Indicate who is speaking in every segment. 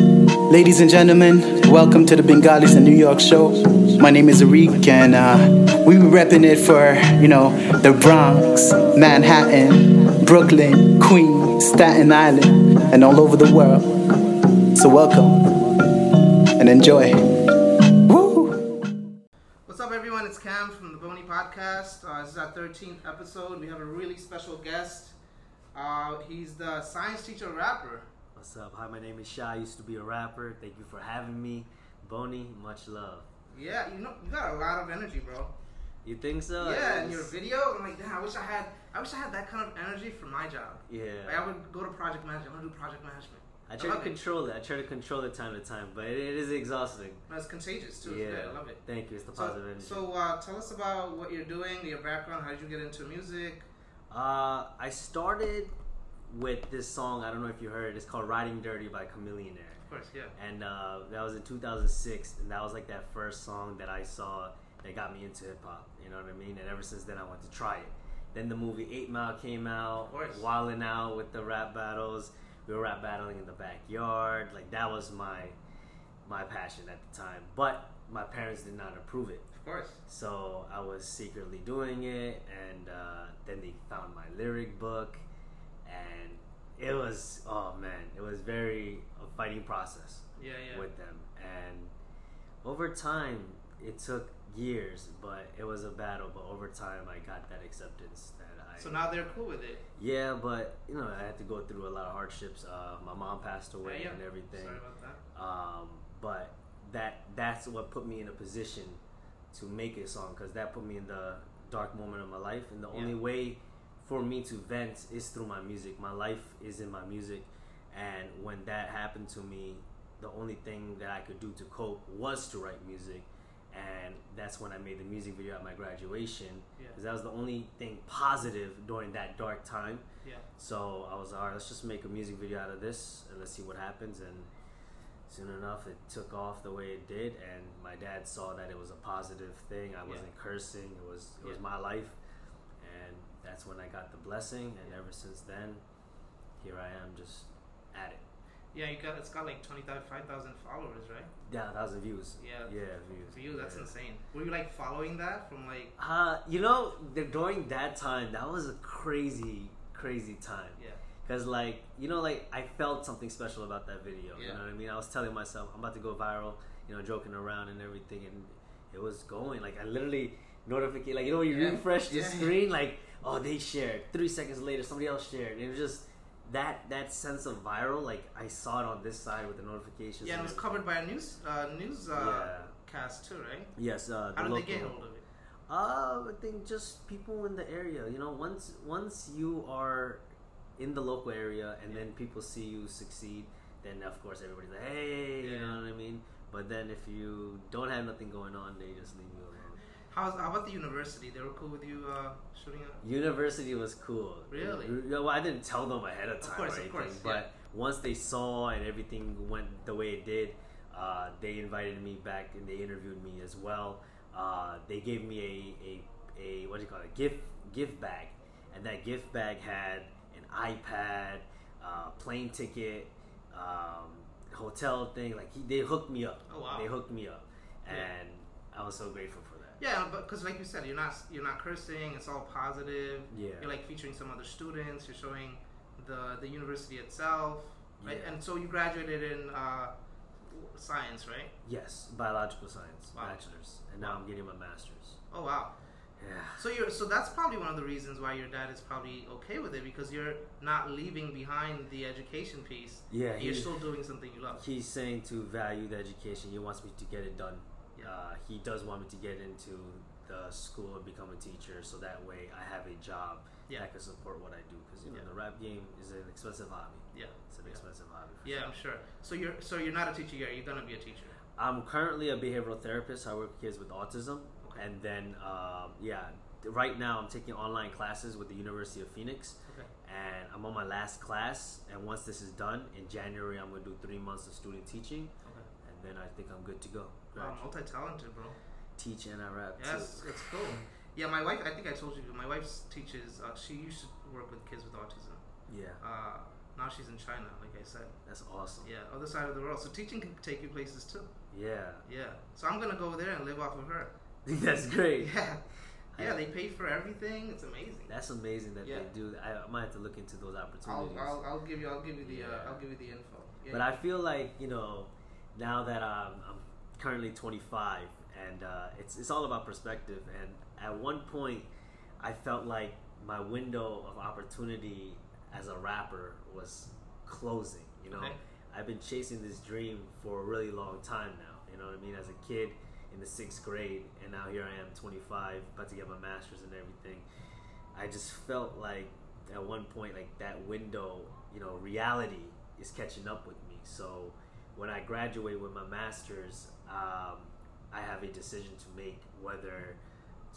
Speaker 1: Ladies and gentlemen, welcome to the Bengalis in New York show. My name is Arik, and uh, we were repping it for, you know, the Bronx, Manhattan, Brooklyn, Queens, Staten Island, and all over the world. So welcome and enjoy.
Speaker 2: What's up, everyone? It's Cam from the Bony Podcast. Uh, this is our 13th episode. We have a really special guest. Uh, he's the science teacher rapper.
Speaker 3: What's up? Hi, my name is Shy. I used to be a rapper. Thank you for having me. Boney, much love.
Speaker 2: Yeah, you know, you got a lot of energy, bro.
Speaker 3: You think so?
Speaker 2: yeah, and your
Speaker 3: It's-
Speaker 2: video, I'm like, damn, I wish I had, I wish I had that kind of energy for my job. Like,
Speaker 3: Yeah.
Speaker 2: I would go to project management. I'm gonna do project management.
Speaker 3: I try to
Speaker 2: love it.
Speaker 3: control it. I try to control it time to time, but it, it is exhausting.
Speaker 2: And It's contagious too. It's
Speaker 3: yeah.
Speaker 2: good. I love it.
Speaker 3: Thank you. It's the positive
Speaker 2: So, so
Speaker 3: energy.
Speaker 2: uh, tell us about what you're doing, your background. How did you get into music?
Speaker 3: Uh, I started with this song. I don't know if you heard. it. It's called "Riding Dirty" by Chameleonaire.
Speaker 2: Of course, yeah.
Speaker 3: and uh, that was in 2006 and that was like that first song that i saw that got me into hip-hop you know what i mean and ever since then i want to try it then the movie eight mile came out
Speaker 2: Of course.
Speaker 3: wilding out with the rap battles we were rap battling in the backyard like that was my my passion at the time but my parents did not approve it
Speaker 2: Of course.
Speaker 3: so I was secretly doing it, and uh, then they found my lyric book, and it was oh man, it was very a fighting process
Speaker 2: Yeah, yeah.
Speaker 3: with them, and over time it took years, but it was a battle. But over time, I got that acceptance that I
Speaker 2: So now they're cool with it.
Speaker 3: yeah, but you know I had to go through a lot of hardships. Uh, my mom passed away
Speaker 2: Yeah, yeah.
Speaker 3: and everything
Speaker 2: Sorry about that.
Speaker 3: um, but that that's what put me in a position to make a song because that put me in the dark moment of my life and the
Speaker 2: Yeah.
Speaker 3: only way for me to vent is through my music my life is in my music and when that happened to me the only thing that i could do to cope was to write music and that's when i made the music video at my graduation
Speaker 2: Yeah.
Speaker 3: because that was the only thing positive during that dark time
Speaker 2: Yeah.
Speaker 3: so I was all right. Let's just make a music video out of this, and let's see what happens. And soon enough, it took off the way it did. And my dad saw that it was a positive thing. I wasn't cursing. It was it was
Speaker 2: Yeah.
Speaker 3: my life, and that's when I got the blessing. And ever since then, here I am, just at it.
Speaker 2: Yeah, you got it's got like 25,000 followers, right?
Speaker 3: Yeah, a thousand views.
Speaker 2: Yeah.
Speaker 3: yeah, views.
Speaker 2: For you, that's
Speaker 3: yeah.
Speaker 2: insane. Were you like following that from like?
Speaker 3: Uh, you know, the, during that time, that was a crazy, crazy time.
Speaker 2: Yeah,
Speaker 3: Cause like you know, like I felt something special about that video. You
Speaker 2: Yeah.
Speaker 3: know what I mean? I was telling myself I'm about to go viral. You know, joking around and everything, and it was going. Like I literally notification. Like you know, when you
Speaker 2: Yeah.
Speaker 3: refresh the
Speaker 2: Yeah.
Speaker 3: screen, like oh they shared. Three seconds later, somebody else shared. It was just that that sense of viral. Like I saw it on this side with the notifications.
Speaker 2: yeah. And it
Speaker 3: and
Speaker 2: was covered
Speaker 3: everything.
Speaker 2: by a news uh, news uh,
Speaker 3: Yeah.
Speaker 2: cast too, right?
Speaker 3: Yes. Uh,
Speaker 2: How
Speaker 3: the
Speaker 2: did they
Speaker 3: local-
Speaker 2: get hold of it?
Speaker 3: Uh, I think just people in the area. You know, once once you are in the local area and then people see you succeed, then of course everybody's like, hey, you
Speaker 2: Yeah.
Speaker 3: know what I mean. But then if you don't have nothing going on, they just leave you alone.
Speaker 2: How's, how about the university? They were cool with you uh, shooting it.
Speaker 3: University was cool.
Speaker 2: Really?
Speaker 3: You know, Well, I didn't tell them ahead of
Speaker 2: Of
Speaker 3: time
Speaker 2: course,
Speaker 3: or
Speaker 2: of
Speaker 3: anything,
Speaker 2: course,
Speaker 3: but once they saw and everything went the way it did, uh, they invited me back and they interviewed me as well. Uh, they gave me a, a, a what do you call it, a gift, gift bag. And that gift bag had an iPad, uh, plane ticket, um, hotel thing. Like, he, they hooked me up.
Speaker 2: Oh, wow.
Speaker 3: They hooked me up.
Speaker 2: Yeah.
Speaker 3: And I was so grateful for that.
Speaker 2: Yeah, but because like you said, you're not you're not cursing. It's all positive.
Speaker 3: Yeah.
Speaker 2: You're like featuring some other students. You're showing the the university itself, right?
Speaker 3: Yeah.
Speaker 2: And so you graduated in uh, science, right?
Speaker 3: Yes, biological science,
Speaker 2: Wow.
Speaker 3: bachelor's, and now I'm getting my master's.
Speaker 2: Oh wow.
Speaker 3: Yeah.
Speaker 2: So you're so that's probably one of the reasons why your dad is probably okay with it because you're not leaving behind the education piece.
Speaker 3: Yeah,
Speaker 2: you're
Speaker 3: he-
Speaker 2: still doing something you love.
Speaker 3: He's saying to value the education. He wants me to get it done.
Speaker 2: Yeah.
Speaker 3: Uh, he does want me to get into the school and become a teacher, so that way I have a job
Speaker 2: Yeah.
Speaker 3: that can support what I do. Because you know
Speaker 2: Yeah.
Speaker 3: the rap game is an expensive hobby.
Speaker 2: Yeah,
Speaker 3: It's an
Speaker 2: Yeah.
Speaker 3: expensive hobby. for
Speaker 2: yeah, I'm sure. So you're so you're not a teacher yet. You're gonna be a teacher.
Speaker 3: I'm currently a behavioral therapist. I work with kids with autism,
Speaker 2: Okay.
Speaker 3: and then um, yeah, right now I'm taking online classes with the University of Phoenix,
Speaker 2: Okay.
Speaker 3: and I'm on my last class. And once this is done in January, I'm gonna do three months of student teaching,
Speaker 2: Okay.
Speaker 3: and then I think I'm good to go.
Speaker 2: Wow,
Speaker 3: Graduate.
Speaker 2: multi-talented, bro.
Speaker 3: Teach and I rap
Speaker 2: Oh, Yes, it's cool. Yeah, my wife. I think I told you. My wife teaches. Uh, she used to work with kids with autism.
Speaker 3: too. Yeah.
Speaker 2: Uh, Now she's in China, like I said.
Speaker 3: That's awesome.
Speaker 2: Yeah, other side of the world. So teaching can take you places too.
Speaker 3: Yeah.
Speaker 2: Yeah. So I'm gonna go there and live off of her.
Speaker 3: That's great.
Speaker 2: Yeah. Yeah, they pay for everything. It's amazing.
Speaker 3: That's amazing that
Speaker 2: Yeah.
Speaker 3: they do. that. I, I might have to look into those opportunities.
Speaker 2: I'll, I'll, I'll give you I'll give you the
Speaker 3: Yeah.
Speaker 2: uh, I'll give you the info. Yeah.
Speaker 3: But I feel like you know, now that um, I'm currently 25, and uh, it's it's all about perspective. And at one point, I felt like my window of opportunity as a rapper was closing. You know,
Speaker 2: Okay.
Speaker 3: I've been chasing this dream for a really long time now. You know what I mean? As a kid in the sixth grade, and now here I am, 25, about to get my master's and everything. I just felt like at one point, like that window, you know, reality is catching up with me. So when I graduate with my master's, um, I have a decision to make whether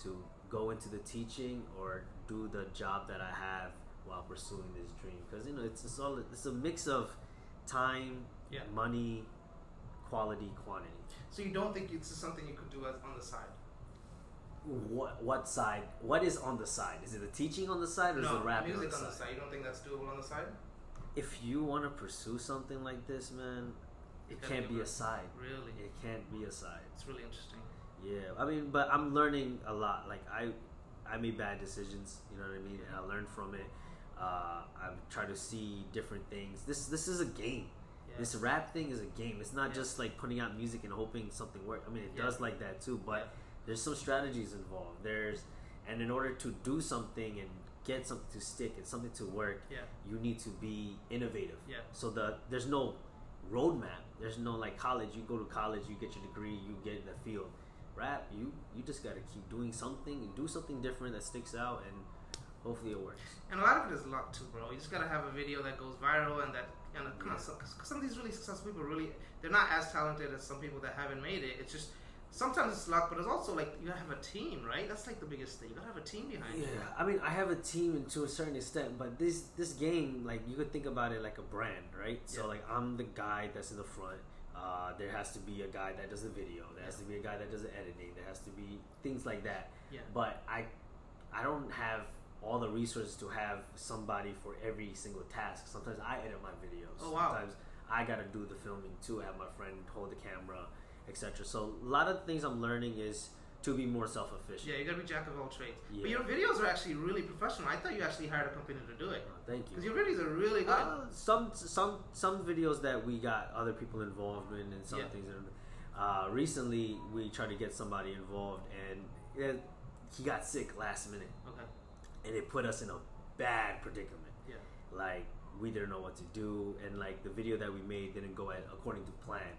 Speaker 3: to go into the teaching or do the job that I have while pursuing this dream. Because you know, it's, it's all it's a mix of time,
Speaker 2: Yeah.
Speaker 3: money, quality, quantity.
Speaker 2: so you don't think it's something you could do as, on the side?
Speaker 3: What what side? What is on the side? Is it the teaching on the side or is
Speaker 2: no,
Speaker 3: it rapping
Speaker 2: music
Speaker 3: on the side?
Speaker 2: You don't think that's doable on the side?
Speaker 3: if you want to pursue something like this, man,
Speaker 2: You
Speaker 3: it
Speaker 2: gotta
Speaker 3: can't
Speaker 2: give
Speaker 3: be
Speaker 2: it-
Speaker 3: a side.
Speaker 2: Really?
Speaker 3: It can't be a side.
Speaker 2: It's really interesting.
Speaker 3: Yeah, I mean, but I'm learning a lot. Like I, I made bad decisions. You know what I mean? And I
Speaker 2: Mm-hmm.
Speaker 3: learned from it. Uh, I'm trying to see different things. This this is a game.
Speaker 2: Yeah.
Speaker 3: This rap thing is a game. It's not
Speaker 2: Yeah.
Speaker 3: just like putting out music and hoping something works. I mean, it
Speaker 2: Yeah.
Speaker 3: does like that too, but
Speaker 2: Yeah.
Speaker 3: there's some strategies involved. There's, and in order to do something and get something to stick and something to work,
Speaker 2: Yeah.
Speaker 3: you need to be innovative.
Speaker 2: Yeah.
Speaker 3: So the there's no roadmap. There's no like college. You go to college, you get your degree, you get in the field. Rap, you you just gotta keep doing something and do something different that sticks out, and hopefully it works.
Speaker 2: And a lot of it is luck too, bro. You just gotta have a video that goes viral and that. And come on,
Speaker 3: Yeah.
Speaker 2: some, some of these really successful people really they're not as talented as some people that haven't made it. It's just sometimes it's luck, but it's also like you gotta have a team, right? That's like the biggest thing. You gotta have a team behind
Speaker 3: Yeah,
Speaker 2: you.
Speaker 3: I mean, I have a team and to a certain extent, but this this game, like you could think about it like a brand, right? So
Speaker 2: Yeah.
Speaker 3: like I'm the guy that's in the front. Uh, there has to be a guy that does the video. There has to be a guy that does the editing. There has to be things like that.
Speaker 2: Yeah.
Speaker 3: But I, I don't have all the resources to have somebody for every single task. Sometimes I edit my videos.
Speaker 2: Oh, wow.
Speaker 3: Sometimes I gotta do the filming too. I have my friend hold the camera, etc. So a lot of things I'm learning is to be more self efficient.
Speaker 2: Yeah, you gotta be jack of all trades. But
Speaker 3: Yeah.
Speaker 2: your videos are actually really professional. I thought you actually hired a company to do it.
Speaker 3: Uh, Thank you.
Speaker 2: Because your videos are really good.
Speaker 3: Uh, some some some videos that we got other people involved in and some
Speaker 2: Yeah.
Speaker 3: things. And, uh, recently, we tried to get somebody involved, and it, he got sick last minute,
Speaker 2: okay.
Speaker 3: and it put us in a bad predicament.
Speaker 2: Yeah.
Speaker 3: Like we didn't know what to do, and like the video that we made didn't go at, according to plan,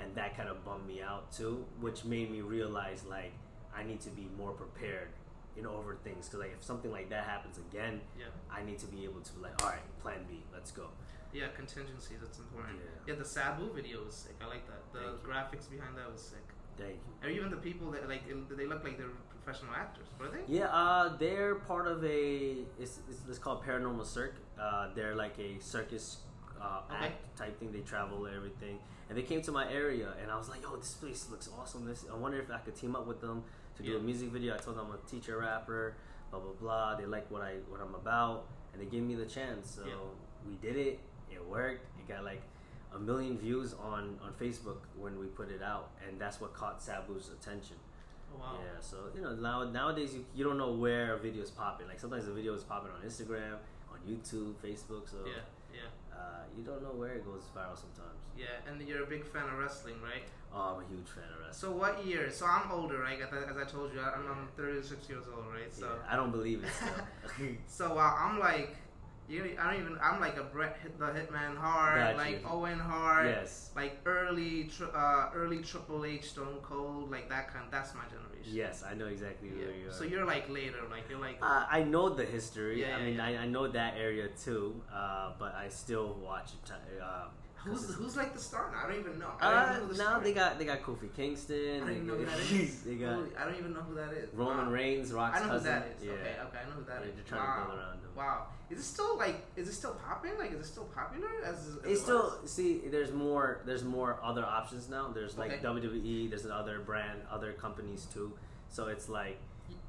Speaker 3: and that kind of bummed me out too, which made me realize like I need to be more prepared in over things because like if something like that happens again.
Speaker 2: Yeah.
Speaker 3: I need to be able to like, all right, plan B, let's go.
Speaker 2: Yeah, contingencies. That's important.
Speaker 3: Yeah.
Speaker 2: Yeah, the Sabu video was sick. I like that. The
Speaker 3: Thank you.
Speaker 2: graphics behind that was sick.
Speaker 3: Thank you.
Speaker 2: And even the people that like it- they look like they're professional actors, were they?
Speaker 3: Yeah, uh, they're part of a it's, it's, it's called Paranormal Circ. Uh, they're like a circus uh,
Speaker 2: Okay.
Speaker 3: act type thing. They travel and everything, and they came to my area, and I was like, "Yo, this place looks awesome. This I wonder if I could team up with them to do a
Speaker 2: Yeah.
Speaker 3: music video." I told them I'm a teacher rapper, blah blah blah. They like what I what I'm about, and they gave me the chance. So
Speaker 2: Yeah.
Speaker 3: we did it. It worked. It got like a million views on on Facebook when we put it out, and that's what caught Sabu's attention.
Speaker 2: Oh wow.
Speaker 3: Yeah, so you know now nowadays you, you don't know where a video is popping. Like sometimes the video is popping on Instagram, on YouTube, Facebook. So
Speaker 2: Yeah. Yeah.
Speaker 3: uh, you don't know where it goes viral sometimes.
Speaker 2: Yeah. And you're a big fan of wrestling, right?
Speaker 3: Oh, I'm a huge fan of
Speaker 2: So
Speaker 3: wrestling.
Speaker 2: what year? So I'm older, right? As I- As I told you, I- I'm, I'm 36 years old, right? So.
Speaker 3: yeah, I don't believe it. Still.
Speaker 2: So uh, I'm like, you, I don't even. I'm like a Bret Hit- the Hitman Hart,
Speaker 3: Got
Speaker 2: like
Speaker 3: you.
Speaker 2: Owen Hart,
Speaker 3: yes,
Speaker 2: like early, tr- uh, early Triple H, Stone Cold, like that kind. That's my generation.
Speaker 3: yes, I know exactly where you are.
Speaker 2: So you're like later, like you're like.
Speaker 3: uh, I know the history.
Speaker 2: Yeah,
Speaker 3: I
Speaker 2: yeah,
Speaker 3: mean,
Speaker 2: yeah.
Speaker 3: I, I know that area too. Uh, but I still watch it. ti- Uh,
Speaker 2: who's who's like the star? now? I don't even know. I don't
Speaker 3: uh,
Speaker 2: even know the
Speaker 3: now
Speaker 2: star.
Speaker 3: they got they got Kofi
Speaker 2: I
Speaker 3: Kingston.
Speaker 2: don't
Speaker 3: they
Speaker 2: even know who
Speaker 3: got-
Speaker 2: that is.
Speaker 3: they got
Speaker 2: Holy- I don't even know who that is.
Speaker 3: Roman
Speaker 2: Wow.
Speaker 3: Reigns, Rock's
Speaker 2: I know who
Speaker 3: cousin.
Speaker 2: that is.
Speaker 3: Yeah.
Speaker 2: Okay, okay, I know who that
Speaker 3: Yeah,
Speaker 2: is.
Speaker 3: they're trying to
Speaker 2: wow.
Speaker 3: build around him.
Speaker 2: Wow, is it still like? Is it still popping? Like, is it still popular? As, as
Speaker 3: It's
Speaker 2: was?
Speaker 3: still see. There's more. There's more other options now. There's like
Speaker 2: Okay.
Speaker 3: WWE. There's another brand, other companies too. So it's like,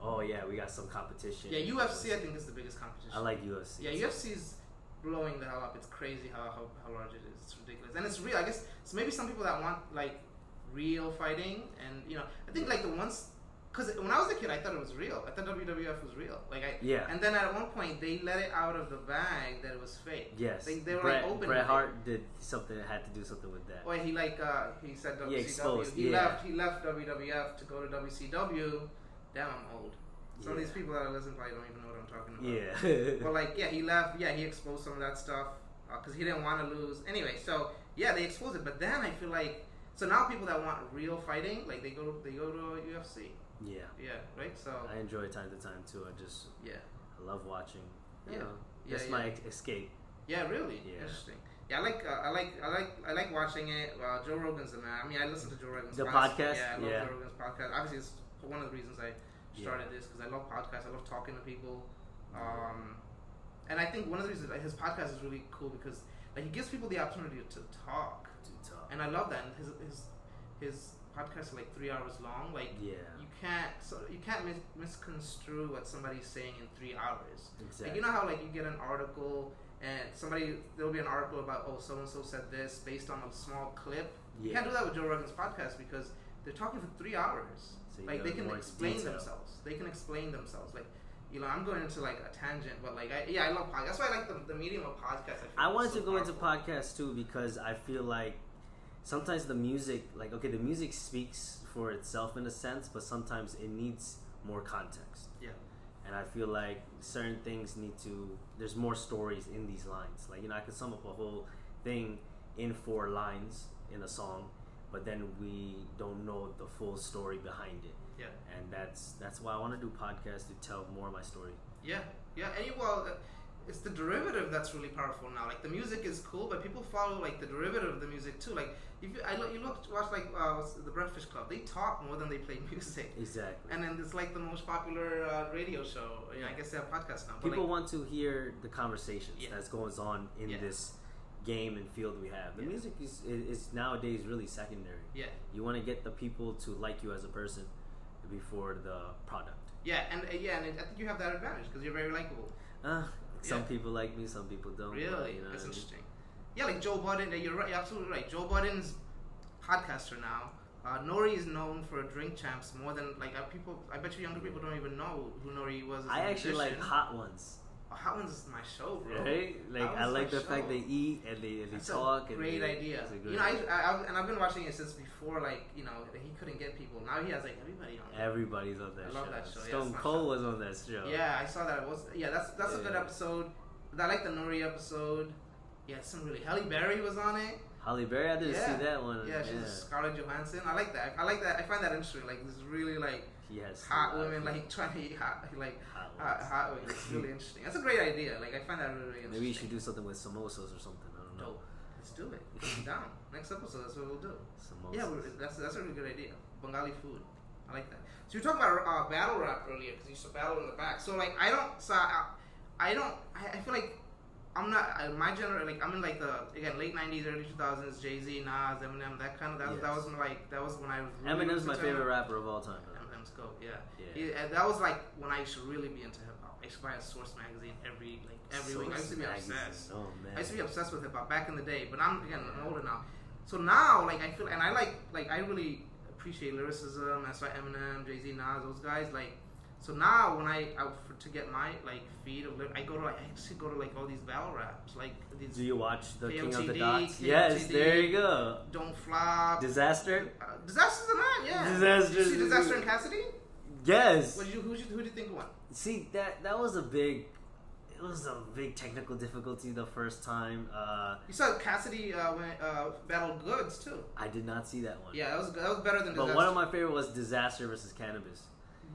Speaker 3: oh yeah, we got some competition.
Speaker 2: Yeah, UFC. I think is the biggest competition.
Speaker 3: I like UFC.
Speaker 2: Yeah, UFC's blowing the hell up. It's crazy how, how, how large it is. It's ridiculous, and it's real. I guess it's maybe some people that want like real fighting, and you know, I think like the ones because when I was a kid, I thought it was real. I thought WWF was real. Like I
Speaker 3: Yeah.
Speaker 2: And then at one point, they let it out of the bag that it was fake.
Speaker 3: Yes,
Speaker 2: They, they were
Speaker 3: Bret,
Speaker 2: like open.
Speaker 3: Bret
Speaker 2: with it.
Speaker 3: Hart did something that had to do something with that.
Speaker 2: Well, he like uh, he said WCW.
Speaker 3: Yeah, exposed,
Speaker 2: he
Speaker 3: yeah.
Speaker 2: left. He left WWF to go to WCW. Damn, I'm old. Some of
Speaker 3: Yeah.
Speaker 2: these people that I listen probably don't even know what I'm talking about.
Speaker 3: Yeah.
Speaker 2: But like, yeah, he left. Yeah, he exposed some of that stuff because he didn't want to lose. Anyway, so yeah, they exposed it. But then I feel like so now people that want real fighting, like they go they go to UFC.
Speaker 3: yeah.
Speaker 2: Yeah, right. So
Speaker 3: I enjoy time to time too. I just
Speaker 2: yeah,
Speaker 3: I love watching. You
Speaker 2: Yeah.
Speaker 3: know,
Speaker 2: Yeah,
Speaker 3: that's
Speaker 2: yeah.
Speaker 3: my escape.
Speaker 2: yeah, really
Speaker 3: Yeah.
Speaker 2: interesting. Yeah, I like uh, I like I like I like watching it. Uh, Joe Rogan's the man. I mean, I listen to Joe Rogan's
Speaker 3: The
Speaker 2: podcast.
Speaker 3: podcast?
Speaker 2: Yeah, I love
Speaker 3: Yeah.
Speaker 2: Joe Rogan's podcast. Obviously, it's one of the reasons I
Speaker 3: Yeah.
Speaker 2: started this because I love podcasts. I love talking to people. Um, and I think one of the reasons like, his podcast is really cool because like he gives people the opportunity to talk,
Speaker 3: to talk.
Speaker 2: and I love that. And his his his podcasts are like three hours long. Like
Speaker 3: yeah,
Speaker 2: you can't so you can't mis- misconstrue what somebody's saying in three hours.
Speaker 3: exactly.
Speaker 2: Like you know how like you get an article and somebody there'll be an article about oh so and so said this based on a small clip. You
Speaker 3: yeah.
Speaker 2: can't do that with Joe Rogan's podcast because they're talking for three hours.
Speaker 3: So you
Speaker 2: like
Speaker 3: go
Speaker 2: they can
Speaker 3: more
Speaker 2: explain
Speaker 3: detail.
Speaker 2: themselves. They can explain themselves. Like you know, I'm going into like a tangent, but like I, yeah, I love podcasts. That's why I like the, the medium of podcasts. feel
Speaker 3: I
Speaker 2: is
Speaker 3: wanted
Speaker 2: so
Speaker 3: to go into
Speaker 2: powerful.
Speaker 3: podcasts too because I feel like sometimes the music, like okay, the music speaks for itself in a sense, but sometimes it needs more context.
Speaker 2: Yeah.
Speaker 3: And I feel like certain things need to. There's more stories in these lines. Like you know, I could sum up a whole thing in four lines in a song, but then we don't know the full story behind it.
Speaker 2: Yeah.
Speaker 3: And that's that's why I want to do podcasts to tell more of my story.
Speaker 2: Yeah, yeah, and you, well, uh, it's the derivative that's really powerful now. Like the music is cool, but people follow like the derivative of the music too. Like if you, I look, you look, watch like uh, what's- the Breakfast Club. They talk more than they play music,
Speaker 3: Exactly.
Speaker 2: and then it's like the most popular uh, radio show. Yeah, I guess they have podcasts now. But
Speaker 3: People
Speaker 2: like,
Speaker 3: want to hear the conversations
Speaker 2: Yeah.
Speaker 3: that's going on in
Speaker 2: Yeah.
Speaker 3: this game and field we have. The
Speaker 2: Yeah.
Speaker 3: music is, is is nowadays really secondary.
Speaker 2: yeah,
Speaker 3: You want to get the people to like you as a person before the product.
Speaker 2: yeah, and uh, yeah, and I think you have that advantage because you're very likable.
Speaker 3: Uh, some
Speaker 2: Yeah.
Speaker 3: people like me, some people don't. but,
Speaker 2: Really,
Speaker 3: you know
Speaker 2: that's
Speaker 3: what I mean?
Speaker 2: interesting. Yeah, like Joe Budden. uh, You're right. You're absolutely right. Joe Budden's podcaster now. Uh, Nori is known for Drink Champs more than like uh, people. I bet you younger people don't even know who Nori was. As
Speaker 3: I
Speaker 2: a
Speaker 3: actually like
Speaker 2: musician.
Speaker 3: hot ones.
Speaker 2: Oh, Hot Ones is my show, bro.
Speaker 3: Right? Like
Speaker 2: Hot
Speaker 3: I
Speaker 2: Ones
Speaker 3: like
Speaker 2: is
Speaker 3: the
Speaker 2: my
Speaker 3: fact
Speaker 2: show.
Speaker 3: they eat and they, and they
Speaker 2: That's
Speaker 3: talk.
Speaker 2: A
Speaker 3: and
Speaker 2: great
Speaker 3: they-
Speaker 2: idea.
Speaker 3: it's a good
Speaker 2: You know, I,
Speaker 3: idea.
Speaker 2: I, I've- and I've been watching it since before. Like you know, he couldn't get people. Now he has like everybody on.
Speaker 3: everybody's on that
Speaker 2: I
Speaker 3: show.
Speaker 2: love that show, yeah,
Speaker 3: Stone
Speaker 2: it's my
Speaker 3: Cold
Speaker 2: show.
Speaker 3: was on that show.
Speaker 2: Yeah, I saw that. It was yeah. That's that's a good
Speaker 3: Yeah.
Speaker 2: episode. I like the Nori episode. Yeah, some really. Halle Berry was on it.
Speaker 3: Holly Berry, I didn't
Speaker 2: Yeah.
Speaker 3: see that one.
Speaker 2: Yeah, she's Scarlett Johansson. I like that. I like that. I find that interesting. Like this really like
Speaker 3: He has uh,
Speaker 2: hot
Speaker 3: a lot of
Speaker 2: women like trying to eat hot like
Speaker 3: hot
Speaker 2: hot,
Speaker 3: ones.
Speaker 2: hot women. It's really interesting. That's a great idea. Like I find that really, really interesting.
Speaker 3: Maybe you should do something with samosas or something. I don't know.
Speaker 2: dope. Let's do it. I'm down. Next episode, that's what we'll do.
Speaker 3: Samosas.
Speaker 2: Yeah, we that's that's a really good idea. Bengali food. I like that. So you were talking about uh, battle rap earlier because you used to battle in the back. So like I don't, so I, I don't. I, I feel like I'm not I, my general. Like I'm in like the again late '90s, early 2000s. Jay Z, Nas, Eminem, that kind of that, that
Speaker 3: Yes.
Speaker 2: was my, like that was when I was. Really
Speaker 3: Eminem's my
Speaker 2: into hip-
Speaker 3: favorite rapper of all time. though.
Speaker 2: Eminem's go, yeah.
Speaker 3: Yeah.
Speaker 2: He- and that was like when I used to really be into hip hop. I used to buy a Source magazine every like every week. I used to be
Speaker 3: Source magazine.
Speaker 2: obsessed.
Speaker 3: Oh man.
Speaker 2: I used to be obsessed with hip hop back in the day, but I'm again I'm older now. So now, like I feel, and I like, like I really appreciate lyricism. That's why Eminem, Jay Z, Nas, those guys. Like, so now when I, I for, to get my like feed of, lyric, I go to like I actually go to like all these battle raps, like
Speaker 3: Do
Speaker 2: these
Speaker 3: you watch the King of the
Speaker 2: KOTD,
Speaker 3: Dots? Yes,
Speaker 2: KOTD.
Speaker 3: there you go.
Speaker 2: Don't Flop,
Speaker 3: Disaster?
Speaker 2: uh, Disaster's a man, yeah.
Speaker 3: Disaster-
Speaker 2: Did you see Disaster and Cassidy.
Speaker 3: Yes.
Speaker 2: What did you who did you, who did you think won?
Speaker 3: See that that was a big, it was a big technical difficulty the first time. Uh,
Speaker 2: You saw Cassidy uh, went, uh, battle Goods too.
Speaker 3: I did not see that one.
Speaker 2: Yeah, that was that was better than
Speaker 3: But
Speaker 2: Disaster.
Speaker 3: one of my favorite was Disaster versus Cannabis.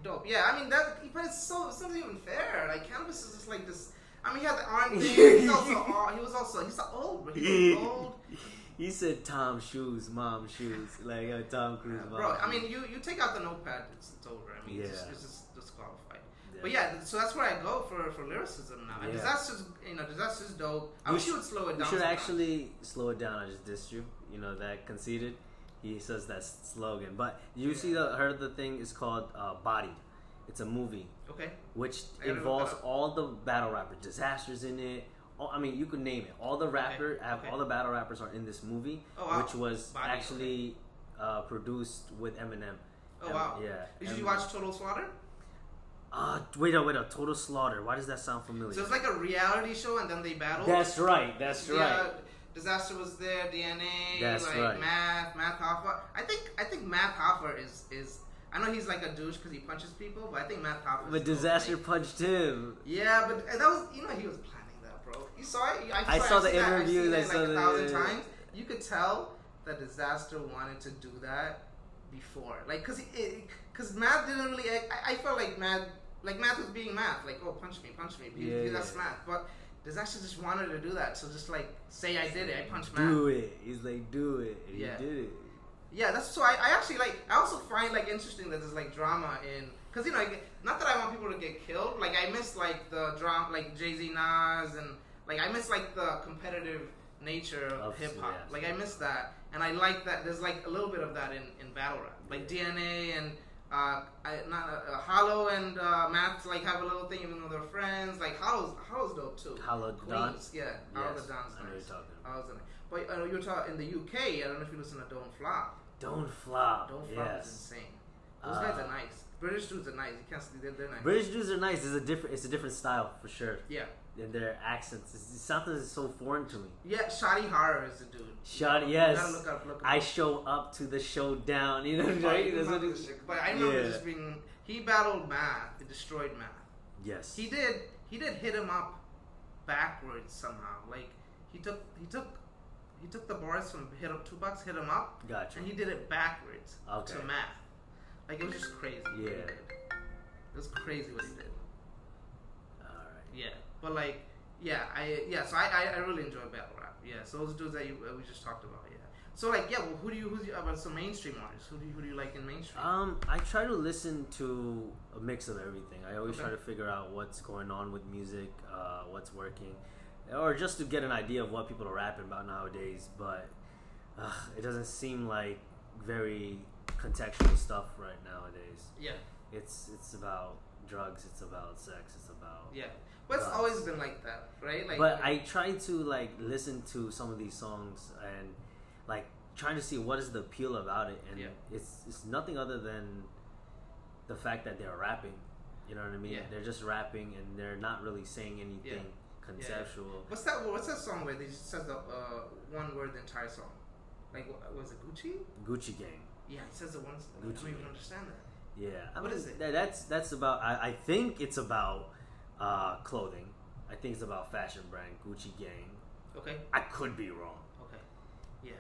Speaker 2: Dope. Yeah, I mean that, but it's so it's not even fair. Like cannabis is just like this. I mean, he had the arm thing. He was also all- he was also he's old, but he's old.
Speaker 3: He said Tom shoes, mom shoes, like uh, Tom Cruise. Mom
Speaker 2: Bro, I
Speaker 3: shoes.
Speaker 2: mean, you you take out the notepad, it's, it's over. I mean, it's, just,
Speaker 3: Yeah.
Speaker 2: it's just disqualified. But yeah, so that's where I go for for lyricism now. And
Speaker 3: Yeah.
Speaker 2: disaster's you know disaster's dope. I
Speaker 3: We
Speaker 2: wish you
Speaker 3: sh-
Speaker 2: would slow it
Speaker 3: You
Speaker 2: down.
Speaker 3: should
Speaker 2: sometimes.
Speaker 3: actually slow it down. I just dissed you. You know that conceited. He says that slogan, but you see the heard the thing is called uh, Bodied. It's a movie
Speaker 2: Okay. I
Speaker 3: which
Speaker 2: gotta look
Speaker 3: involves
Speaker 2: that up.
Speaker 3: all the battle rappers. Disasters in it. all, I mean, you could name it. All the rapper,
Speaker 2: Okay,
Speaker 3: have-
Speaker 2: okay.
Speaker 3: all the battle rappers are in this movie,
Speaker 2: Oh, wow.
Speaker 3: which was
Speaker 2: Bobby,
Speaker 3: actually uh, produced with Eminem.
Speaker 2: Oh
Speaker 3: Em-
Speaker 2: wow!
Speaker 3: Yeah. Oh,
Speaker 2: Did
Speaker 3: Eminem.
Speaker 2: you watch Total Slaughter?
Speaker 3: Ah, wait a wait a Total Slaughter. Why does that sound familiar?
Speaker 2: So it's like a reality show, and then they battle.
Speaker 3: that's right. That's
Speaker 2: Yeah,
Speaker 3: right.
Speaker 2: uh, Disaster was there. DNA.
Speaker 3: That's
Speaker 2: like
Speaker 3: right.
Speaker 2: Math. Math Hoffa. I think. I think Math Hoffa is is. I know he's like a douche because he punches people, but I think Math Hoffa. is
Speaker 3: But
Speaker 2: still,
Speaker 3: Disaster
Speaker 2: Like,
Speaker 3: punched him.
Speaker 2: yeah, but and that was you know he was planning that, bro. You saw it. I,
Speaker 3: I saw
Speaker 2: I've
Speaker 3: the
Speaker 2: seen that- I've
Speaker 3: interviews,
Speaker 2: seen
Speaker 3: I
Speaker 2: it
Speaker 3: saw
Speaker 2: like
Speaker 3: the-
Speaker 2: a thousand
Speaker 3: yeah, yeah,
Speaker 2: times. You could tell that Disaster wanted to do that before, like because because Math didn't really. I, I felt like Math like Math was being Math, like oh punch me, punch me,
Speaker 3: Yeah, yeah,
Speaker 2: that's
Speaker 3: yeah.
Speaker 2: Math, but. Disaster just wanted to do that, so just like say I did it, I punched Math.
Speaker 3: Do it. He's like, do it. And
Speaker 2: Yeah.
Speaker 3: He did it.
Speaker 2: Yeah, that's so. I, I actually like. I also find like interesting that there's like drama in because you know, like, not that I want people to get killed. Like I miss like the drama, like Jay Z, Nas, and like I miss like the competitive nature of
Speaker 3: Of-
Speaker 2: hip hop.
Speaker 3: yeah.
Speaker 2: Like I miss that, and I like that. There's like a little bit of that in in battle rap, like DNA and. Uh, I, not uh, uh, Hollow and uh, Matt like have a little thing even though they're friends. Like Hollow's Hollow's dope too.
Speaker 3: Hollow Don?
Speaker 2: Queens, yeah. Hollow
Speaker 3: Yes,
Speaker 2: the Don's
Speaker 3: I know
Speaker 2: nice.
Speaker 3: you're talking about.
Speaker 2: Hollow the Don. But uh, you're talking in the UK. I don't know if you listen to Don't Flop.
Speaker 3: Don't flop.
Speaker 2: Don't fuck is
Speaker 3: yes.
Speaker 2: insane. Those
Speaker 3: Uh,
Speaker 2: guys are nice. British dudes are nice. You can't see they're, they're nice.
Speaker 3: British dudes are nice. It's a different. It's a different style for sure.
Speaker 2: yeah,
Speaker 3: And their accents. It's, it's something that's so foreign to me.
Speaker 2: yeah. Shadi Horror is the dude.
Speaker 3: Shot.
Speaker 2: You
Speaker 3: Yes.
Speaker 2: gotta look up. Look up.
Speaker 3: I show up to the showdown. You know
Speaker 2: Fuck,
Speaker 3: right?
Speaker 2: you
Speaker 3: That's what
Speaker 2: remember
Speaker 3: it-
Speaker 2: this shit. But I remember
Speaker 3: Yeah.
Speaker 2: just being. He battled math. He destroyed math.
Speaker 3: Yes.
Speaker 2: He did. He did hit him up backwards somehow. Like he took. He took. He took the bars from hit up two bucks. Hit him up.
Speaker 3: Gotcha.
Speaker 2: And he did it backwards
Speaker 3: Okay.
Speaker 2: to math. Like it was just crazy. what he
Speaker 3: Yeah.
Speaker 2: did. It was crazy what he did.
Speaker 3: All right.
Speaker 2: Yeah, but like, yeah, I yeah, so I I, I really enjoy battle rap. Yeah, so those dudes that you uh, we just talked about. Yeah. So like, yeah, well, who do you who's your, about some mainstream artists? Who do you, who do you like in mainstream?
Speaker 3: Um, I try to listen to a mix of everything. I always
Speaker 2: Okay.
Speaker 3: try to figure out what's going on with music, uh, what's working, or just to get an idea of what people are rapping about nowadays. But uh, it doesn't seem like very contextual stuff right nowadays.
Speaker 2: yeah,
Speaker 3: It's it's about drugs. It's about sex. It's about
Speaker 2: yeah, but it's
Speaker 3: Uh,
Speaker 2: always been like that, right? Like,
Speaker 3: but I try to like listen to some of these songs and like trying to see what is the appeal about it, and
Speaker 2: Yeah.
Speaker 3: it's it's nothing other than the fact that they're rapping. You know what I mean?
Speaker 2: Yeah.
Speaker 3: They're just rapping and they're not really saying anything conceptual.
Speaker 2: what's that? What's that song where they just says the uh, one word the entire song? Like, wha- was it Gucci?
Speaker 3: Gucci Gang.
Speaker 2: Yeah, it says the one. I
Speaker 3: Gucci.
Speaker 2: don't even understand that.
Speaker 3: Yeah. I
Speaker 2: What
Speaker 3: mean,
Speaker 2: is it?
Speaker 3: tha- that's that's about. I, I think it's about uh, clothing. I think it's about fashion brand Gucci Gang.
Speaker 2: Okay,
Speaker 3: I could be wrong.
Speaker 2: okay, yeah.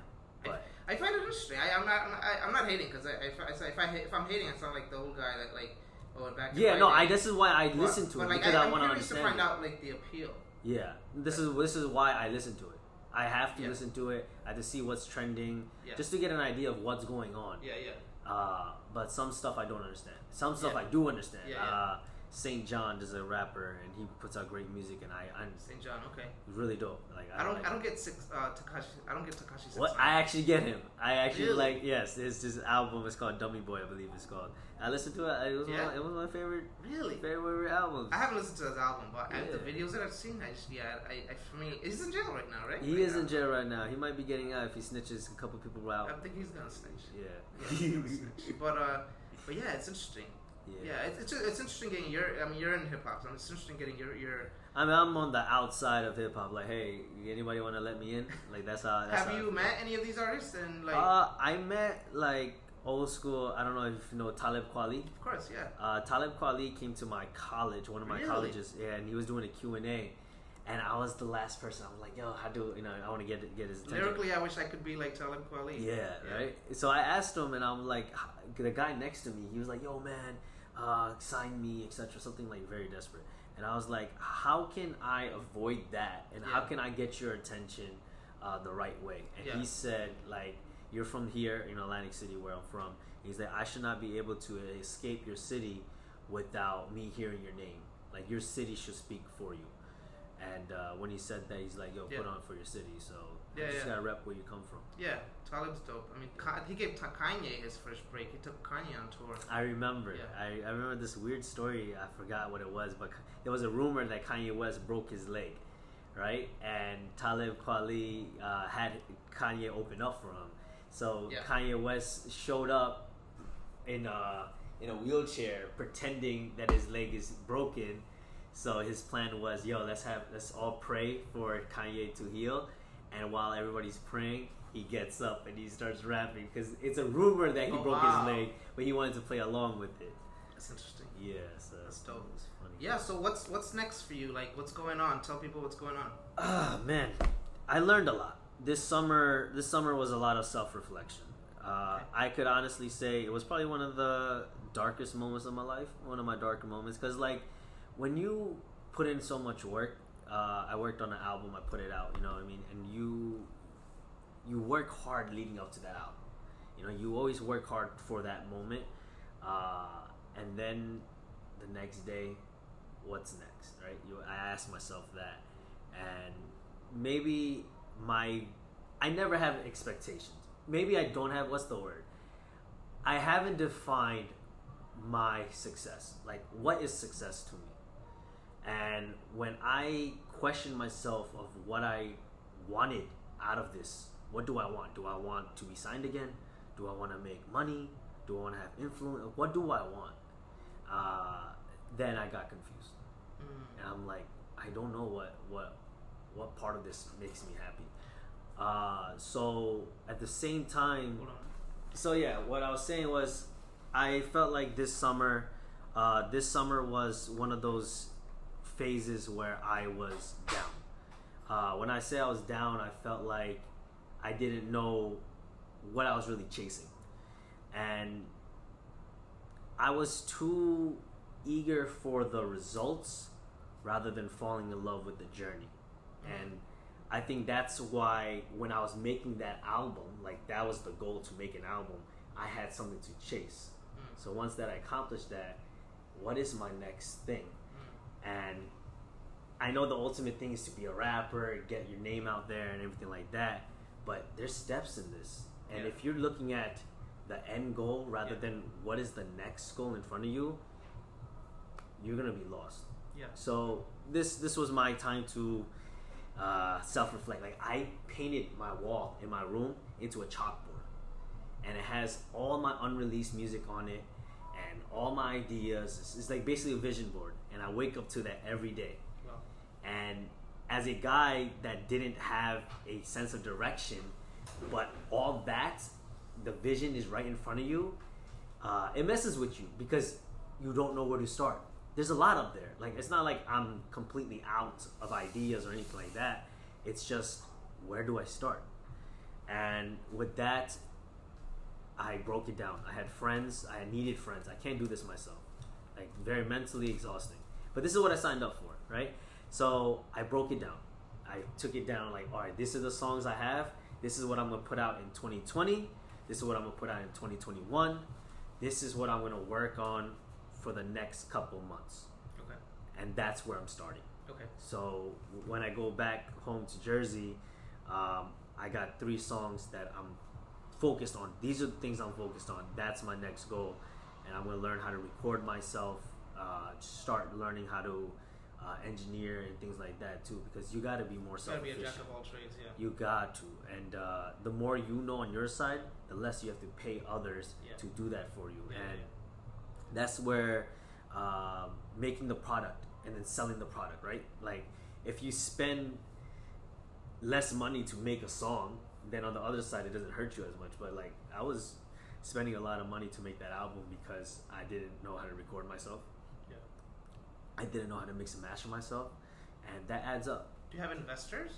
Speaker 3: But
Speaker 2: I find it interesting. I, I'm not. I'm not, I, I'm not hating because I, if I, so if I hate- if I'm hating, I sound like the old guy that like oh and back. in
Speaker 3: yeah,
Speaker 2: my
Speaker 3: no,
Speaker 2: day.
Speaker 3: I. This is why I
Speaker 2: But-
Speaker 3: listen to
Speaker 2: but,
Speaker 3: it
Speaker 2: like,
Speaker 3: because
Speaker 2: I,
Speaker 3: I,
Speaker 2: I'm
Speaker 3: want to
Speaker 2: curious
Speaker 3: understand.
Speaker 2: to find
Speaker 3: it.
Speaker 2: out like the appeal.
Speaker 3: Yeah, this is this is why I listen to it. I have to
Speaker 2: Yeah.
Speaker 3: listen to it. I have to see what's trending,
Speaker 2: Yeah.
Speaker 3: just to get an idea of what's going on.
Speaker 2: Yeah, yeah,
Speaker 3: Uh, but some stuff I don't understand. Some stuff
Speaker 2: Yeah.
Speaker 3: I do understand.
Speaker 2: Yeah, yeah.
Speaker 3: Uh, Saint John is a rapper, and he puts out great music, and I I'm
Speaker 2: St. John. Okay.
Speaker 3: really dope. Like I,
Speaker 2: I don't.
Speaker 3: like
Speaker 2: I don't get six. Uh, Takashi. I don't get Takashi.
Speaker 3: What I actually get him. I actually
Speaker 2: Really?
Speaker 3: like yes. It's this album. It's called Dummy Boy, I believe it's called. I listened to it. It was
Speaker 2: Yeah.
Speaker 3: one, it was my favorite
Speaker 2: really.
Speaker 3: favorite albums.
Speaker 2: I haven't listened to his album, but I, the
Speaker 3: Yeah.
Speaker 2: videos that I've seen, I just, yeah, I, I for me, he's in jail right now, right?
Speaker 3: he
Speaker 2: Like,
Speaker 3: is
Speaker 2: I-
Speaker 3: in jail right now. He might be getting out if he snitches. A couple people were
Speaker 2: I
Speaker 3: out.
Speaker 2: think he's gonna snitch. Yeah,
Speaker 3: Yeah.
Speaker 2: he's gonna snitch. but uh, but yeah, it's interesting. Yeah, it's, it's it's interesting getting your. I mean, you're in hip hop, so it's interesting getting your your
Speaker 3: I mean, I'm on the outside of hip hop. Like, hey, anybody want to let me in? Like, that's how. That's
Speaker 2: Have
Speaker 3: how I
Speaker 2: you
Speaker 3: feel.
Speaker 2: met any of these artists? And like,
Speaker 3: uh, I met like old school. I don't know if you know Talib Kweli.
Speaker 2: of course, yeah.
Speaker 3: Uh, Talib Kweli came to my college, one of my
Speaker 2: Really?
Speaker 3: colleges, yeah, and he was doing a Q and A, and I was the last person. I was like, yo, how do you know? I want to get get his attention.
Speaker 2: Lyrically, I wish I could be like Talib Kweli.
Speaker 3: Yeah, right. So I asked him, and I'm like, h- the guy next to me, he was like, "Yo, man, uh, sign me, etc." Something like very desperate, and I was like, "How can I avoid that? And how
Speaker 2: Yeah.
Speaker 3: can I get your attention uh, the right way?" And
Speaker 2: Yeah.
Speaker 3: he said, "Like, you're from here in Atlantic City, where I'm from." He's like, "I should not be able to escape your city without me hearing your name. Like, your city should speak for you." And uh, when he said that, he's like, "Yo,
Speaker 2: Yeah.
Speaker 3: put on for your city." So you
Speaker 2: Yeah,
Speaker 3: just
Speaker 2: yeah.
Speaker 3: gotta rep where you come from.
Speaker 2: Yeah, Talib's dope. I mean, Ka- he gave Ta- Kanye his first break. He took Kanye on tour.
Speaker 3: I remember.
Speaker 2: Yeah.
Speaker 3: I, I remember this weird story. I forgot what it was, but there was a rumor that Kanye West broke his leg, right? And Talib Kweli uh, had Kanye open up for him. So
Speaker 2: Yeah.
Speaker 3: Kanye West showed up in a in a wheelchair, pretending that his leg is broken. So his plan was, yo, let's have let's all pray for Kanye to heal. And while everybody's praying, he gets up and he starts rapping because it's a rumor that he
Speaker 2: Oh,
Speaker 3: broke
Speaker 2: wow.
Speaker 3: his leg, but he wanted to play along with it.
Speaker 2: That's interesting.
Speaker 3: Yeah, so
Speaker 2: That's dope.
Speaker 3: it's funny.
Speaker 2: Yeah. So what's what's next for you? Like, what's going on? Tell people what's going on.
Speaker 3: Ah man, I learned a lot this summer. This summer was a lot of self reflection. Uh, I could honestly say it was probably one of the darkest moments of my life, one of my darker moments. Because like when you put in so much work, uh, I worked on an album, I put it out, you know what I mean, and you you work hard leading up to that album. You know, you always work hard for that moment, uh, and then the next day, what's next, right? You, I ask myself that, and maybe my, I never have expectations. Maybe I don't have. What's the word? I haven't defined my success. Like, what is success to me? And when I questioned myself of what I wanted out of this, what do I want? Do I want to be signed again? Do I want to make money? Do I want to have influence? What do I want? Uh, then I got confused,
Speaker 2: Mm,
Speaker 3: and I'm like, I don't know what what what part of this makes me happy. Uh, so at the same time,
Speaker 2: Hold on.
Speaker 3: so yeah, what I was saying was, I felt like this summer, uh, this summer was one of those phases where I was down. Uh, when I say I was down, I felt like I didn't know what I was really chasing, and I was too eager for the results rather than falling in love with the journey.
Speaker 2: Mm-hmm.
Speaker 3: And I think that's why when I was making that album, like that was the goal to make an album, I had something to chase.
Speaker 2: Mm.
Speaker 3: So once that I accomplished that, what is my next thing?
Speaker 2: Mm.
Speaker 3: And I know the ultimate thing is to be a rapper, get your name out there and everything like that, but there's steps in this. And
Speaker 2: Yeah.
Speaker 3: if you're looking at the end goal rather
Speaker 2: Yeah.
Speaker 3: than what is the next goal in front of you, you're gonna be lost.
Speaker 2: Yeah.
Speaker 3: So this this was my time to uh, self reflect. Like I painted my wall in my room into a chalkboard, and it has all my unreleased music on it, and all my ideas. It's, it's like basically a vision board, and I wake up to that every day.
Speaker 2: Well,
Speaker 3: And as a guy that didn't have a sense of direction, but all that, the vision is right in front of you, uh, it messes with you because you don't know where to start. There's a lot up there. Like, it's not like I'm completely out of ideas or anything like that. It's just, where do I start? And with that, I broke it down. I had friends. I needed friends. I can't do this myself. Like very mentally exhausting. But this is what I signed up for, right? So I broke it down. I took it down like, all right, this is the songs I have. This is what I'm gonna put out in 2020. This is what I'm gonna put out in 2021. This is what I'm gonna work on for the next couple months,
Speaker 2: okay.
Speaker 3: and that's where I'm starting.
Speaker 2: Okay.
Speaker 3: So when I go back home to Jersey, um, I got three songs that I'm focused on. These are the things I'm focused on. That's my next goal, and I'm gonna learn how to record myself. Uh, start learning how to uh, engineer and things like that too, because you got to be more
Speaker 2: It's gotta
Speaker 3: self
Speaker 2: be a
Speaker 3: efficient.
Speaker 2: jack of all trades. Yeah.
Speaker 3: You got to, and uh, the more you know on your side, the less you have to pay others
Speaker 2: Yeah.
Speaker 3: to do that for you,
Speaker 2: Yeah,
Speaker 3: and
Speaker 2: yeah.
Speaker 3: that's where um, making the product and then selling the product right like if you spend less money to make a song then on the other side it doesn't hurt you as much but like i was spending a lot of money to make that album because i didn't know how to record myself
Speaker 2: Yeah.
Speaker 3: i didn't know how to mix and master myself and that adds up
Speaker 2: Do you have investors?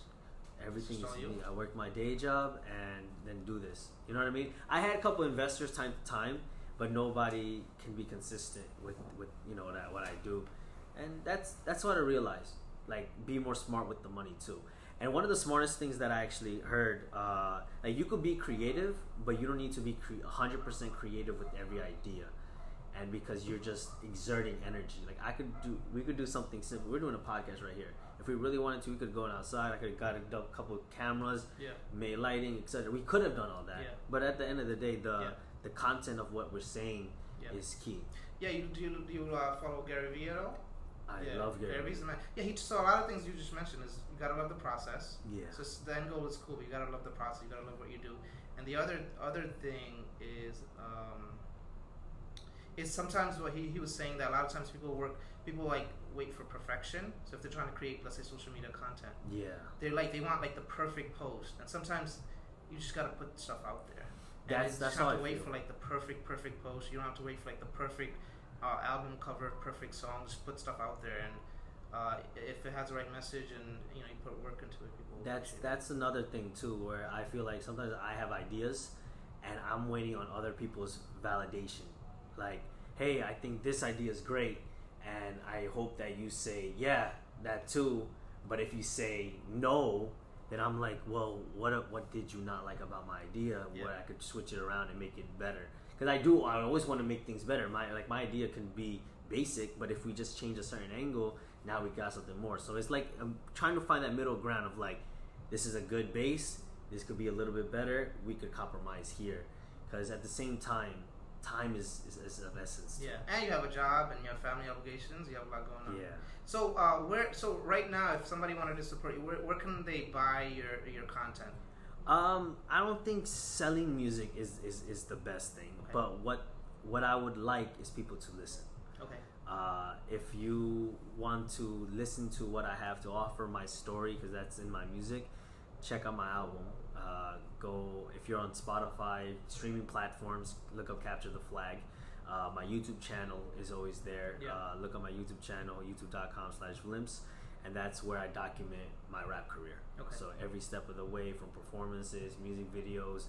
Speaker 3: everything
Speaker 2: Just
Speaker 3: is
Speaker 2: all you?
Speaker 3: me. I work my day job and then do this. You know what I mean? I had a couple investors time to time, but nobody can be consistent with with you know that what I do, and that's that's what I realized. Like be more smart with the money too. And one of the smartest things that I actually heard, uh, like you could be creative, but you don't need to be hundred percent creative with every idea. And because you're just exerting energy, like I could do, we could do something simple. We're doing a podcast right here. If we really wanted to, we could have gone outside. I could have got a couple of cameras,
Speaker 2: Yeah.
Speaker 3: made lighting, etc. We could have done all that.
Speaker 2: Yeah.
Speaker 3: But at the end of the day, the
Speaker 2: Yeah.
Speaker 3: the content of what we're saying
Speaker 2: Yeah.
Speaker 3: is key.
Speaker 2: Yeah. You do. You, do you uh, follow Gary Vee at all?
Speaker 3: I I
Speaker 2: yeah,
Speaker 3: love Gary.
Speaker 2: Vee. Yeah, he so a lot of things you just mentioned is you gotta love the process.
Speaker 3: Yeah.
Speaker 2: So s- the end goal is cool, but you gotta love the process. You gotta love what you do. And the other other thing is, um, is sometimes what he, he was saying that a lot of times people work people like wait for perfection. So if they're trying to create, let's say, social media content,
Speaker 3: yeah.
Speaker 2: they're like they want like the perfect post, and sometimes you just gotta put stuff out there. And
Speaker 3: That's-
Speaker 2: you
Speaker 3: that's
Speaker 2: just have
Speaker 3: how
Speaker 2: to
Speaker 3: I
Speaker 2: wait
Speaker 3: feel.
Speaker 2: for like the perfect perfect post. You don't have to wait for like the perfect uh, album cover, perfect song. Just put stuff out there, and uh, if it has the right message, and you know you put work into it, people. will
Speaker 3: That's
Speaker 2: appreciate it.
Speaker 3: that's another thing too, where I feel like sometimes I have ideas, and I'm waiting on other people's validation. Like, hey, I think this idea is great, and I hope that you say yeah, that too. But if you say no, then I'm like, well, what what did you not like about my idea?
Speaker 2: Yeah.
Speaker 3: Where I could switch it around and make it better. Because I do, I always want to make things better. My like my idea can be basic, but if we just change a certain angle, now we got something more. So it's like I'm trying to find that middle ground of like, this is a good base. This could be a little bit better. We could compromise here, because at the same time, time is is, is of essence.
Speaker 2: yeah. And you have a job, and you have family obligations. You have a lot going on.
Speaker 3: Yeah.
Speaker 2: So uh, where so right now, if somebody wanted to support you, where, where can they buy your your content?
Speaker 3: Um, I don't think selling music is is, is the best thing,
Speaker 2: Okay.
Speaker 3: but what what I would like is people to listen.
Speaker 2: Okay.
Speaker 3: Uh, if you want to listen to what I have to offer, my story, because that's in my music, check out my album. Uh, go if you're on Spotify, streaming platforms, look up Capture the Flag. Uh, my YouTube channel is always there.
Speaker 2: Yeah.
Speaker 3: Uh, look up my YouTube channel, youtube.com slash glimpse, and that's where I document my rap career.
Speaker 2: Okay.
Speaker 3: So every step of the way from performances, music videos,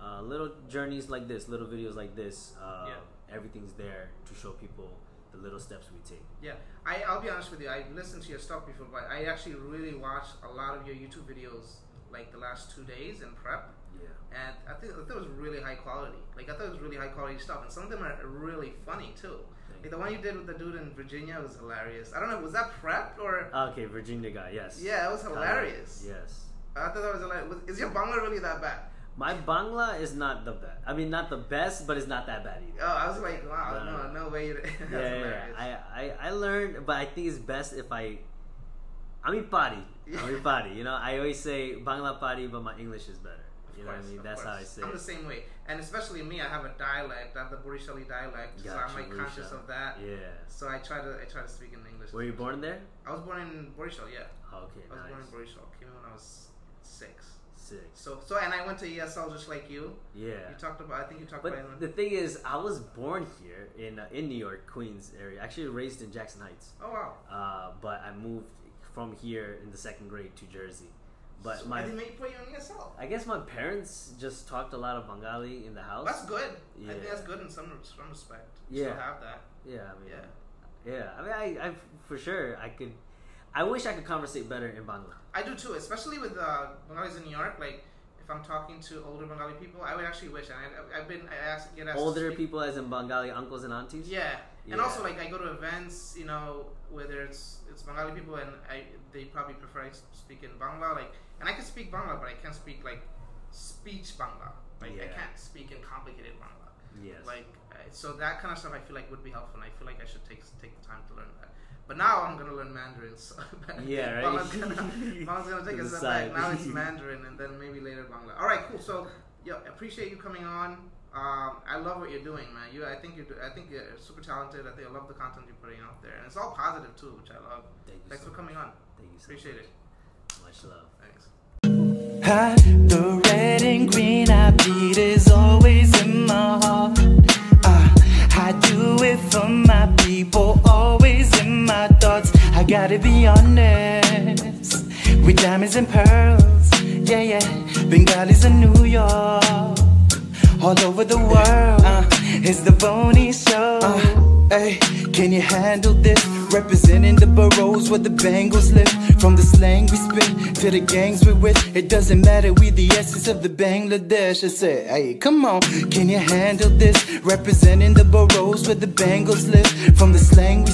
Speaker 3: uh, little journeys like this, little videos like this, uh,
Speaker 2: Yeah.
Speaker 3: everything's there to show people the little steps we take.
Speaker 2: Yeah, I, I'll be honest with you. I listened to your stuff before, but I actually really watched a lot of your YouTube videos like the last two days in prep,
Speaker 3: Yeah.
Speaker 2: and I think I thought it was really high quality. Like I thought it was really high quality stuff, and some of them are really funny too. Like the one you did with the dude in Virginia was hilarious. I don't know, was that prep or?
Speaker 3: Okay, Virginia guy, yes.
Speaker 2: Yeah, it was
Speaker 3: Kyle,
Speaker 2: hilarious.
Speaker 3: Yes.
Speaker 2: I thought that was hilarious. Was- Is your Bangla really that bad?
Speaker 3: My Bangla is not the best. I mean, not the best, but it's not that bad
Speaker 2: Oh,
Speaker 3: either.
Speaker 2: I was like, wow,
Speaker 3: No.
Speaker 2: no, no, way. That's
Speaker 3: yeah, yeah,
Speaker 2: hilarious.
Speaker 3: yeah. I, I, I learned, but I think it's best if I. I mean, potty. I mean, potty. You know, I always say Bangla potty, but my English is better. You know what I mean?
Speaker 2: of
Speaker 3: That's how I
Speaker 2: course.
Speaker 3: say
Speaker 2: I'm
Speaker 3: it.
Speaker 2: the same way, and especially me, I have a dialect. I have the Borishali dialect, so
Speaker 3: Gotcha,
Speaker 2: I'm like conscious
Speaker 3: Risha.
Speaker 2: of that.
Speaker 3: Yeah.
Speaker 2: So I try to I try to speak in English.
Speaker 3: Were you born there?
Speaker 2: I was born in Borishal, yeah.
Speaker 3: Okay,
Speaker 2: I was born in
Speaker 3: nice.
Speaker 2: Borishal. Came when I was six.
Speaker 3: Six.
Speaker 2: So so and I went to ESL just like you.
Speaker 3: Yeah.
Speaker 2: You talked about I think you talked about
Speaker 3: But the thing is, I was born here in uh, in New York, Queens area. Actually raised in Jackson Heights,
Speaker 2: Oh wow.
Speaker 3: uh, but I moved from here in the second grade to Jersey. But
Speaker 2: So-
Speaker 3: my,
Speaker 2: and they made put you in E ESL.
Speaker 3: I guess my parents just talked a lot of Bengali in the house.
Speaker 2: That's good. I think
Speaker 3: Yeah.
Speaker 2: that's good in some some respect. You
Speaker 3: Yeah.
Speaker 2: Still have that.
Speaker 3: Yeah, I mean,
Speaker 2: Yeah.
Speaker 3: yeah, I mean, I, I for sure I could. I wish I could conversate better in Bangla.
Speaker 2: I do too, especially with uh, Bengalis in New York. Like, if I'm talking to older Bengali people, I would actually wish. And I, I've been I asked, get asked to
Speaker 3: Older
Speaker 2: speak-
Speaker 3: people, as in Bengali uncles and aunties.
Speaker 2: Yeah, and
Speaker 3: Yeah.
Speaker 2: also like I go to events, you know, whether it's it's Bengali people and I they probably prefer I s- speak in Bangla. Like, and I can speak Bangla, but I can't speak like speech Bangla. Like, I
Speaker 3: Yeah.
Speaker 2: can't speak in complicated Bangla.
Speaker 3: Yes.
Speaker 2: Like, uh, so that kind of stuff I feel like would be helpful, and I feel like I should take take the time to learn that. But now I'm gonna learn Mandarin. So
Speaker 3: Yeah, right.
Speaker 2: Bangla's gonna, Bangla's gonna take
Speaker 3: To
Speaker 2: a
Speaker 3: the
Speaker 2: step back.
Speaker 3: side.
Speaker 2: Now it's Mandarin, and then maybe later Bangla. All right, cool. So, yeah, appreciate you coming on. Um, I love what you're doing, man. You, I think you, do- I think you're super talented. I think I love the content you're putting out there, and it's all positive too, which I love.
Speaker 3: Thank you
Speaker 2: Thanks
Speaker 3: so
Speaker 2: for coming on.
Speaker 3: Thank you so
Speaker 2: Appreciate it.
Speaker 3: much. Much love.
Speaker 2: Thanks.
Speaker 1: Hot, the red and green I bleed is always in my heart. Uh, I do it for my people, always in my thoughts. I gotta be honest with diamonds and pearls. Yeah, yeah, Bengalis in New York, all over the world. Uh, it's the Boney Show. Uh, hey, can you handle this? Representing the boroughs where the Bengals live. From the slang we spit to the gangs we with. It doesn't matter, we the essence of the Bangladesh. I said, hey, come on, can you handle this? Representing the boroughs where the Bengals live. From the slang we